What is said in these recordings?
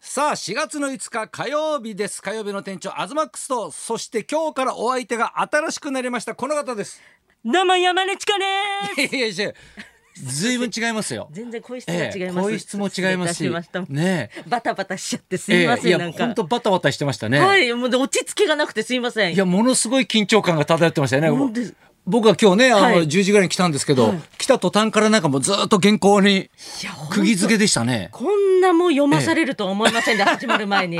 さあ4月の5日火曜日です火曜日の店長アズマックスとそして今日からお相手が新しくなりましたこの方ですどうも山根ちかです。いやいやいやずいぶん違います よ全然声質がえ違いえ、ます。声質も違います失し礼いたしましたねバタバタしちゃってすえいえまえいせん、やなん本か。当バタバタしてましたね、はい、もうで落ち着きがなくてすいません。いやものすごい緊張感が漂ってましたよね本当です僕は今日ねあの、はい10時ぐらいに来たんですけど、来た途端からなんかもうずっと原稿にいやほん釘付けでしたねこんなもう読まされるとは思いませんで、始まる 前に。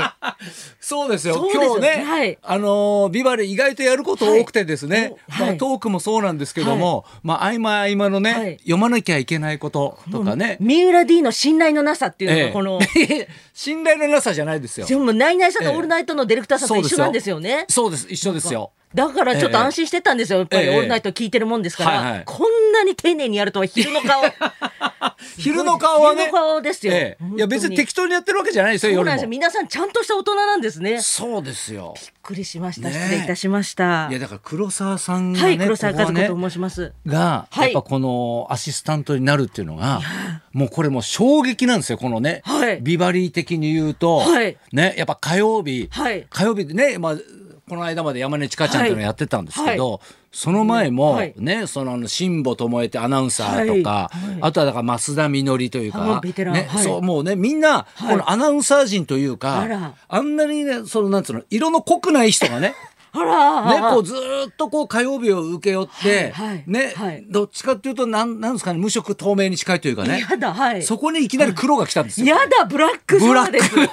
そうですよそうです今よ日ね、はいあのービバリー意外とやること多くてですね、はいおまはあ、いトークもそうなんですけども、まあ、合間合間のね、はい読まなきゃいけないこととかね、三浦 D の信頼のなさっていうのえがえこの、 信頼のなさじゃないですよでもナイナイさんのええオールナイトのディレクターさんとそうで一す緒よなんですよね。そうです一緒ですよだからちょっと安心してたんですよ。やっぱりえオえールナイト聞いてるもんですから、はいはいこんなに丁寧にやるとは昼の 顔。昼の顔はね昼の顔ですよ。ええいや別に本当適当にやってるわけじゃないですよそう夜なもんですよ。皆さんちゃんとした大人なんですね。びっそうですよくりしました。ねえ失礼いたしました。いやだから黒沢さんがね、はい、黒沢こ和こ子はねと申します。が、はいやっぱこのアシスタントになるっていうのが、もうこれもう衝撃なんですよ、このね、はいビバリー的に言うと、はいね、やっぱ火曜日、はい火曜日でね、まあ、この間まで山根千佳ちゃんっていうのやってたんですけど、はその前も、はいね、そのあの、辛坊智恵ってアナウンサーとか、はいはいあとはだから増田みのりというあもかう、ベテランねはいそう、もうね、みんな、はいこのアナウンサー陣というか、あらあんなにね、その、なんつうの、色の濃くない人が ね、あらね、こーうずーっとこう火曜日を請け負って、はいはいね、はいどっちかっていうとなんなんですかね無色透明に近いというかねやだ、はい。そこにいきなり黒が来たんですよ。やだ、ブラックブソラーッです。ク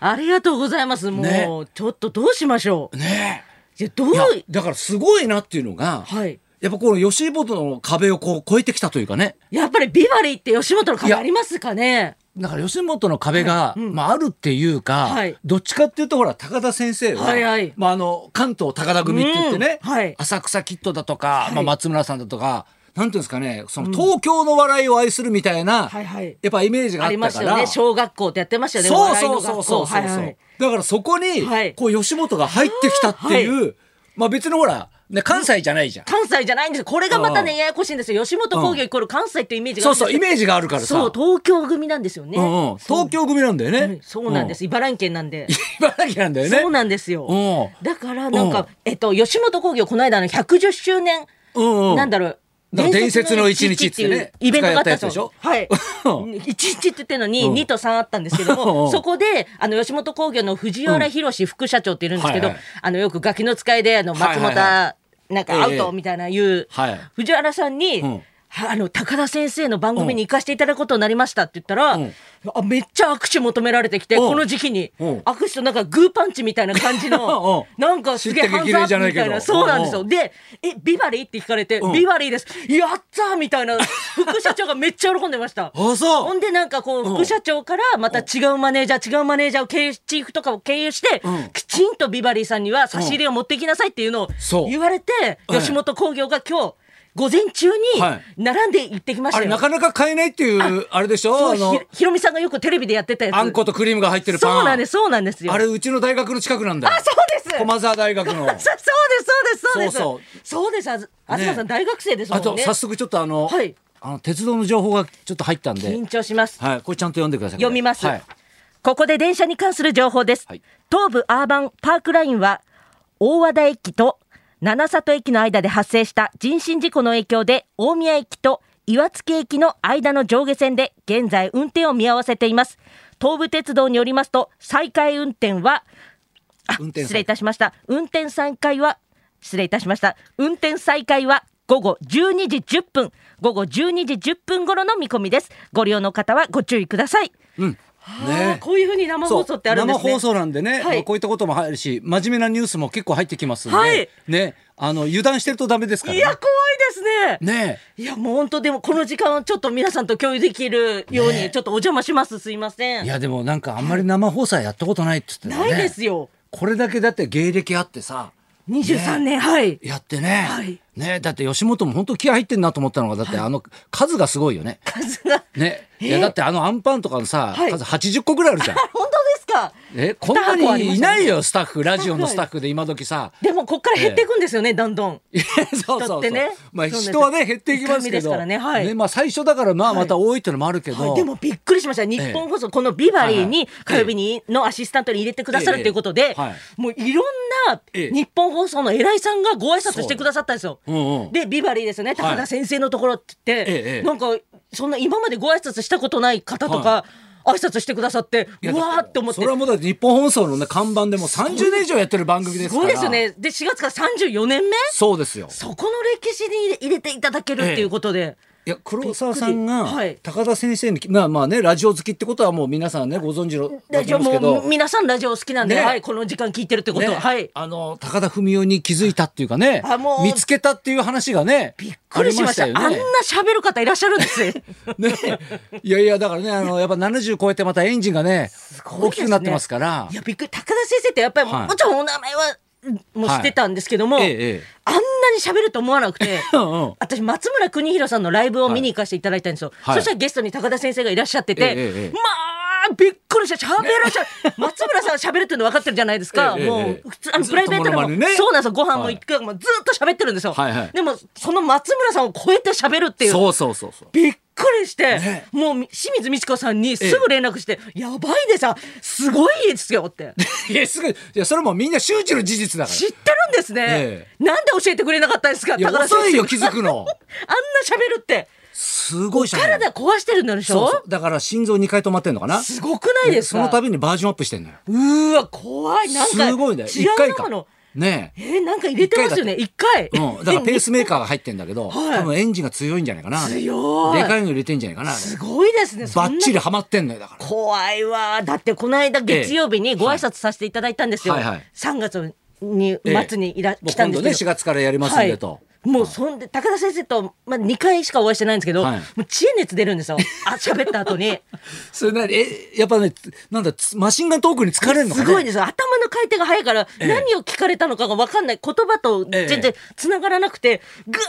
ありがとうございます。もう、ねちょっとどうしましょう。ねいや、どうえいやだからすごいなっていうのが、はい。やっぱこの吉本の壁をこう越えてきたというかねやっぱりビバリーって吉本のい壁やありますかね。だから吉本の壁が、はいうんまあ、あるっていうか、はいどっちかっていうとほら高田先生は、はいはいまあ、あの関東高田組って言ってね、うんはい浅草キッドだとか、はいまあ、松村さんだとかなんていうんですかねその東京の笑いを愛するみたいな、はいはい。やっぱイメージがああっりまたしかたよら、ね。小学校ってやってましたよね。そうお笑いそのうそうそうそう、学校はいはい。だからそこに、はいこう吉本が入ってきたっていう、まあ別にほら、ね、関西じゃないじゃん、関西じゃないんですよこれがまたね、うんややこしいんですよ。吉本興業イコール関西ってイメージがそあうるんですそうイメージがあるからさそう、東京組なんですよね。うんうん、そ東う京組なんだよね、はいそうなんです。茨城県なんでうん、。茨城なんだよねそうなんですよ。うだからなんうんか、えっと、吉本興業この間の110周年、んうんうんなんだろう。だから伝説の一日ってねイベントがあったんですよ。使はいいやったやつでしょ。一日って言ってるのにうん2と3あったんですけどうんうんも、そこで、あの、吉本興業の藤原宏副社長っているんですうけんどはいはい、あの、よくガキの使いで、あの、はいはい松はい本、なんかアウええトみたいな言うはい、藤原さんにうん、あの、高田先生の番組に行かせていただくことになりましたって言ったらうん、あめっちゃ握手求められてきて、うんこの時期に、うん握手となんかグーパンチみたいな感じの、 うんなんかすげえ叱咤ハン激ズア励ッじゃプないみけどたいな、そうなんですうよん。で、え、ビバリーって聞かれて、うんビバリーです。やったーみたいな、副社長がめっちゃ喜んで ました。 あそうほんでなんかこう、うん副社長からまた違うマネージャー、違うマネージャーを経営、チーフとかを経由して、うんきちんとビバリーさんには差し入れを持ってきなさいっていうのそをう言われて、はい吉本興業が今日、午前中にはい並んで行ってきましあたれよ。なかなか買えないっていうあれでしょあそうのひひろみさんがよくテレビでやってたやつ。あんことクリームが入ってるパンそうなんです、そうなんですよ。あれうちの大学の近くなんだよあそうです駒沢大学の そそうです、そうです、そそうそうです。そうです、あず、あずまさんね大学生ですもあんとね。早速ちょっとあの、はいあの鉄道の情報がちょっと入ったんで緊張します。はい、これちゃんと読んでください。読みます、はい。ここで電車に関する情報です、はい東武アーバンパークラインは大和田駅と七里駅の間で発生した人身事故の影響で大宮駅と岩槻駅の間の上下線で現在運転を見合わせています東武鉄道によりますと再開運転はあ運転再開失礼いたしました運転再開は失礼いたしました運転再開は午後12時10分午後12時10分頃の見込みですご利用の方はご注意くださいうん。あーこういうふうに生放送ってあるんですね。そう生放送なんでね、はいまあこういったことも入るし、真面目なニュースも結構入ってきますんで、はいね、あの油断してるとダメですから、いね。や怖いですね。ねいやもう本当でもこの時間をちょっと皆さんと共有できるようにちょっとお邪魔します。すいませえ、ん。いやでもなんかあんまり生放送はやったことないって言ってなたね。いですよ。これだけだって芸歴あってさ、二十三年、 はい。やってね、はいね、だって吉本も本当気合入ってんなと思ったのがだってあの数がすごいよね。数がね、いやだってあのアンパンとかのさ、はい数80個ぐらいあるじゃん。本当ですか。がえこんな二箱ありまにいしたねないよスタッフラジオのスタッフで今時 さでもこっから減っていくんですよね、どんどん。いやそうそう人そっうてねまあそうなんです人はね減っていきます一回目けですどからねはいまあ最初だからまあまた多いっていうのもあるけど、はいでもびっくりしました日本放送、このビバリーはいにはい火曜日にのアシスタントに入れてくださるええということで、はいもういろんなええ日本放送の偉いさんがご挨拶してくださったんですよ。うんうんでビバリーですよね高田先生のところって言って、ええええなんかそんな今までご挨拶したことない方とか、挨拶してくださっていうやわーって思っそてれはもうだって日本放送のね看板でもう30年以上やってる番組ですすからごいですよねで4月から34年目そうですよそこの歴史に入れていただけるっていうことで。いや黒沢さんびっくりはいが高田先生に、まあまあねラジオ好きってことはもう皆さんねご存知のだラジとオ思うんですけもどう皆さんラジオ好きなんで、ねはい、この時間聞いてるってことは、ねはいあの高田文雄に気づいたっていうかねあもう見つけたっていう話がねびっくりしました。あありよんねな喋る方いらっしゃるんですね。ね、いやいやだからねあのやっぱ70超えてまたエンジンがね ごい大ですきねくなってますからいや、びっくり。高田先生ってやっぱり、はいもちろんお名前は、もう知ってたんですけども、はいええええあんなに喋ると思わなくて、 うんうん私、松村邦洋さんのライブを見に行かせていただいたんですよ。はいそしたらゲストに高田先生がいらっしゃってて、ええええまあ、びっくりした。喋らしゃ、 松村さん喋るっていうの分かってるじゃないですか。ええええもえう、え普通、あの、ずプっとライベートでモも、ノマネねそうなんですよ。ご飯もはい行く、もうずっと喋ってるんですよ。はいはいでも、その松村さんを超えて喋るっていう。そうそうそうそうびっくりして、ねもうみ清水美智子さんにすぐ連絡して、やばいでさすごいですよっていやすぐいやそれもみんな周知の事実だか知ってるんですね、えなんで教えてくれなかったんですからいや高田先生遅いよ気づく あんのな喋るってすごい喋る体壊してるのでしょそうそうだから心臓2回止まってんのかなすごくないですそかの度にバージョンアップしてんのようーわ怖いなんかすごいね違1う回のかかのねええー、なんか入れてますよね一回 うん、だからペースメーカーが入ってんだけど、はい多分エンジンが強いんじゃないかな強いでかいの入れてんじゃないかなあれすごいですねそんバなッチリはまってんのよだから怖いわだってこの間月曜日にご挨拶させていただいたんですよ、はいはいはい3月にええ末にいら、もう来たん今で度ね4すけど、月からやりますんでと、はいもうそんで高田先生と、まあ、2回しかお会いしてないんですけど、はいもう知恵熱出る んですよあ喋った後にそれなにえやっぱねつなんだつマシンガントークに疲れるのかすねごいですよ頭の回転が早いから、ええ何を聞かれたのかが分かんない言葉とええ全然つながらなくてぐわ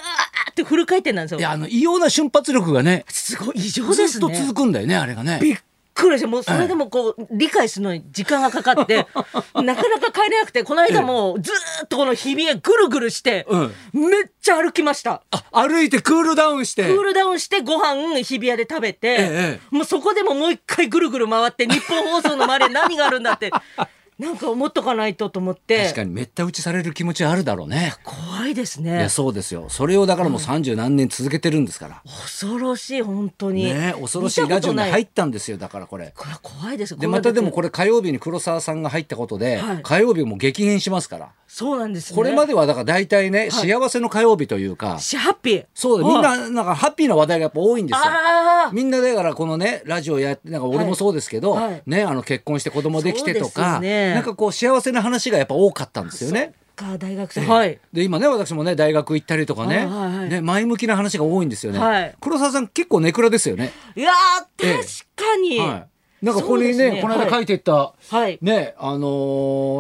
ーってフル回転なんですよいやあの異様な瞬発力がねすごい異常でずすっねと続くんだよねあれがねびっくりしてもうそれでもこう理解するのに時間が かかってなかなか帰れなくてこの間もずーっとこの日々へぐるぐるして、うんめっちゃ歩きました。あ歩いてクールダウンしてクールダウンしてご飯日比谷で食べて、えもうそこでももう一回ぐるぐる回って日本放送の周り に何があるんだってなんか思っとかないとと思って確かにめった打ちされる気持ちはあるだろうね怖いですいねやそうですよそれをだからもう三十何年続けてるんですから、恐ろしい本当に、ね恐ろしいラジオに見たことな入いったんですよだからこれこれは怖いですよでまたでもこれれ火曜日に黒沢さんが入ったことで、はい火曜日も激減しますからそうなんですねこれまではだから大体ね、幸せの火曜日というかしハッピーそうだみんななんかハッピーな話題がやっぱ多いんですよああみんなだからこのねラジオやってなんか俺もそうですけど、はいはいねあの結婚して子供できてとか、そうですよねなんかこう幸せな話がやっぱ多かったんですよね。か大学生はいで今ね私もね大学行ったりとかね,、あはいはいね前向きな話が多いんですよね。はい黒沢さん結構ネクラですよね。いやーええ確かに、はい、なんかここにそうでねすねこの間書いていった、はい ねあの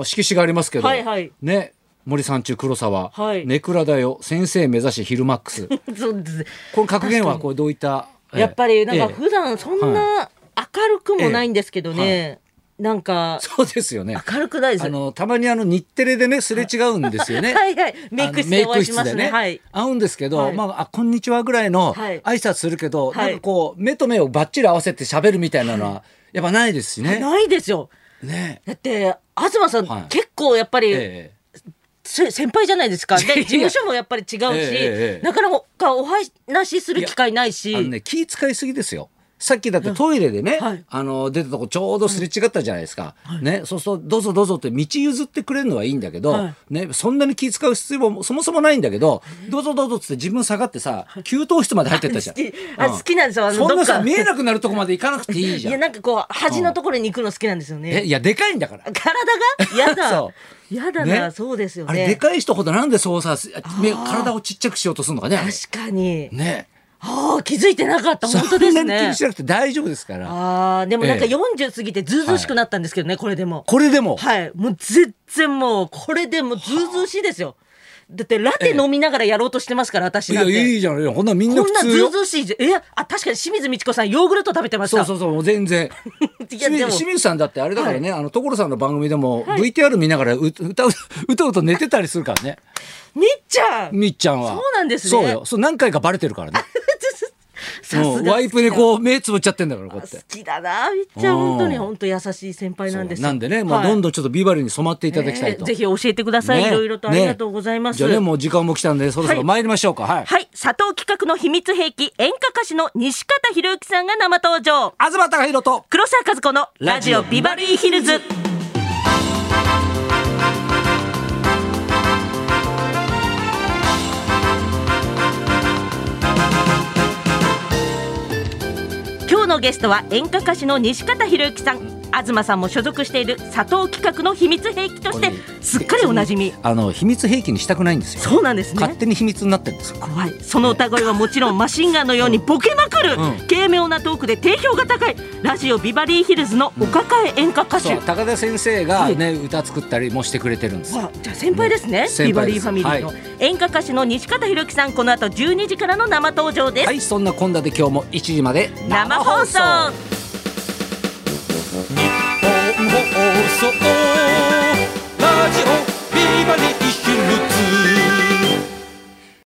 ー色紙がありますけど、はいはいね森三中黒沢、はいネクラだよ先生目指しヒルマックスそうですこの格言はこうどういったええやっぱりなんかええ普段そんな明るくもないんですけどえね、なんかそうですよね。明るくないですあのたまにあの日テレでねすれ違うんですよね。 はいはいメイク室でお会いしまあのメイクす室ねはい会うんですけど、はいまああこんにちはぐらいのはい挨拶するけど、はいなんかこう目と目をバッチリ合わせて喋るみたいなのはやっぱないですしね。ないですよね。だって東さん、はい結構やっぱり、えせ先輩じゃないですかでいやい事や務所もやっぱり違うし、ええええなかなかお話しする機会ないしえあのね気遣いすぎですよ。さっきだってトイレでね、はいあの出たとこちょうどすれ違ったじゃないですか、ね、そうするとどうぞどうぞって道譲ってくれるのはいいんだけど、はいね、そんなに気遣う必要もそもそもないんだけど、どうぞどうぞっつって自分下がってさ給湯室まで入ってったじゃん好きあう好きなんですよあのそんなどっさか見えなくなるとこまで行かなくていいいじゃやん。なんかこう端のところに行くの好きなんですよね、えいやでかいんだから。体がやだそやだな、ねそうですよあれでねかい人ほどなんでそうさすね体をちっちゃくしようとするのかね。あれ確かにね。ああ気づいてなかった本当ですそんなに気ねにしなくて大丈夫ですから。ああでもなんかええ40過ぎてずうずうしくなったんですけどね、これでもこれでも。はいもう全然もうこれでもうずうずうしいですよだってラテ飲みながらやろうとしてますから、私いなやんいて。いじゃないこんなみんなこ普んな通ずようずうしいじゃん。いや、あ、確かに清水美智子さん、ヨーグルト食べてましそた。うそうそうもう全然 いや清でも水清水さんだってあれだからね、あの所さんの番組でも VTR 見ながらう歌う歌うと寝てたりするからねみっちゃん みっちゃんはそうなんですねそうよそう何回かバレてるからねさもすうが。ワイプでこう目つぶっちゃってんだからこうや好ってきだな、みっちゃん。うん本当に本当優しい先輩なんですよ。なんでね、まあ、どんどんどんちょっとビバリーに染まっていただきたいと、ぜひ教えてください。ねいろいろとありがとうございまねす。じゃあねもう時間も来たんでそろそはろい参りましょうかはい、はい、佐藤企画の秘密兵器演歌歌手の西方博之さんが生登場東貴博と黒沢和子のラジオビバリーヒルズ今日のゲストは演歌歌手の西方博之さん東さんも所属している佐藤企画の秘密兵器としてすっかりおなじみあの秘密兵器にしたくないんですよそうなんですね勝手に秘密になってるんですよ怖いその歌声はもちろんマシンガンのようにボケまくる、うん軽妙なトークで定評が高いラジオビバリーヒルズのお抱え演歌歌手、そう高田先生がはいね、歌作ったりもしてくれてるんですよわあじゃあ先輩ですね、ビ先バ輩でリーすファミリーの、は演歌歌手の西方弘樹さんこの後12時からの生登場です、はいそんなこんなで今日も1時まで生放送日本放送